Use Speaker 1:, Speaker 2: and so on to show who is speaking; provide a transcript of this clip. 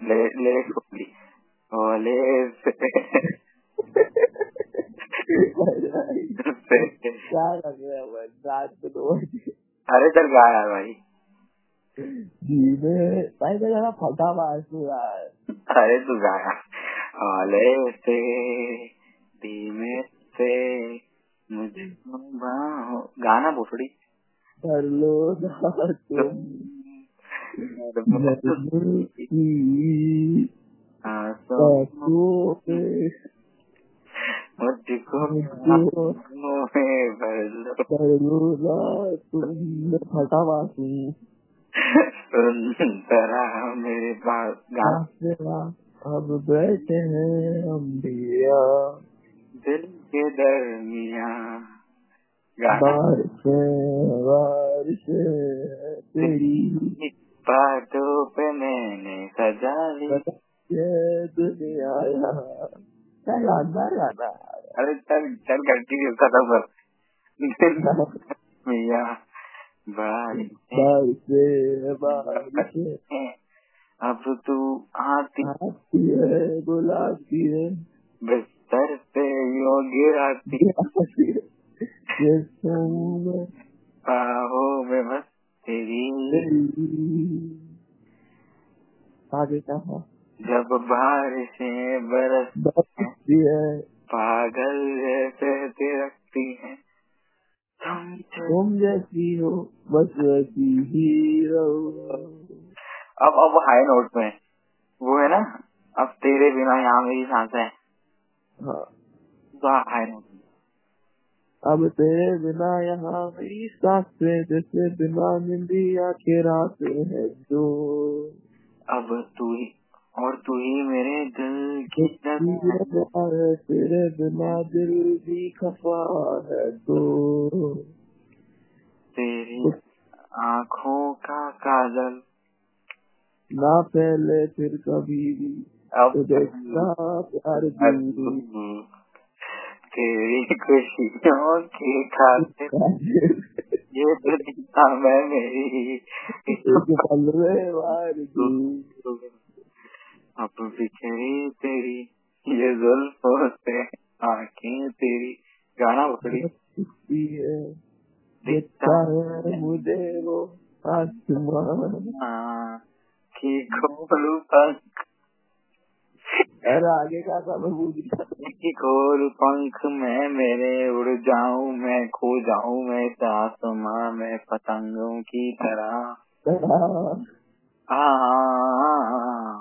Speaker 1: Le, lees Oli. O lees...
Speaker 2: क्या लग रहा है भाई? रात को दो
Speaker 1: अरे चल गया यार भाई
Speaker 2: जी में भाई मैं जरा फटा मार यार
Speaker 1: अरे तू गाया ओले से धीमे से मुझे बाहों- गाना बोथड़ी
Speaker 2: कर लो ना तुम नजर की
Speaker 1: आंसू
Speaker 2: आंखों पे
Speaker 1: मुझको
Speaker 2: मुझको
Speaker 1: आंसुओं में भर लो
Speaker 2: कर लो ना तुम मैं फटा मासूम
Speaker 1: सुंदरा मेरे पास गाना
Speaker 2: आपसे हम बैठे हैं हम भैया
Speaker 1: दिल के दरमिया गाना
Speaker 2: बारिश बारिश तेरी
Speaker 1: बातों पे मैंने सजा ली
Speaker 2: ये दुनिया यहाँ। क्या गाना गाना
Speaker 1: अरे चल चल कंटिन्यू खत्म कर मिया बारिश
Speaker 2: बारिशे बारिशे
Speaker 1: है, अब तू आती
Speaker 2: आती है बुलाती है
Speaker 1: बिस्तर से यो गिराती
Speaker 2: बुलाती है। ये संग
Speaker 1: बाहों में बस तेरी
Speaker 2: तेरी। आगे क्या है
Speaker 1: जब बारिशें बरस
Speaker 2: बरसती है
Speaker 1: पागल जैसे तिरकती हैं तुम तो-
Speaker 2: तुम जैसी हो बस वैसी ही रहो
Speaker 1: अब अब हाई नोट में है। वो है ना अब तेरे बिना यहाँ मेरी सांसें
Speaker 2: हाँ
Speaker 1: तो हाई नोट में।
Speaker 2: अब तेरे बिना यहाँ मेरी सांसें जैसे बिना निंदी आखे रात है जो
Speaker 1: अब तू ही और तू ही मेरे दिल की
Speaker 2: तेरे
Speaker 1: तरह
Speaker 2: बिना है, तेरे बिना दिल भी खफा है तो
Speaker 1: तेरी आँखों का काजल
Speaker 2: ना फैले फिर कभी भी
Speaker 1: अब
Speaker 2: तो देखना प्यार दूरी
Speaker 1: तेरी खुशियों के खातिर ये दुनिया में मेरी
Speaker 2: एक पल में वार की
Speaker 1: अब बिखरी तेरी ये जुल्फों से आंखें तेरी गाना उखड़ी
Speaker 2: दिखती है दिखता
Speaker 1: दिखता
Speaker 2: है मुझे वो आसमान
Speaker 1: हाँ, कि खोलू पंख
Speaker 2: अरे आगे का था मैं भूल गया
Speaker 1: कि खोल पंख में मेरे उड़ जाऊं मैं खो जाऊं मैं इस आसमां में पतंगों की तरह
Speaker 2: हाँ,
Speaker 1: हाँ, आ, आ, आ, आ,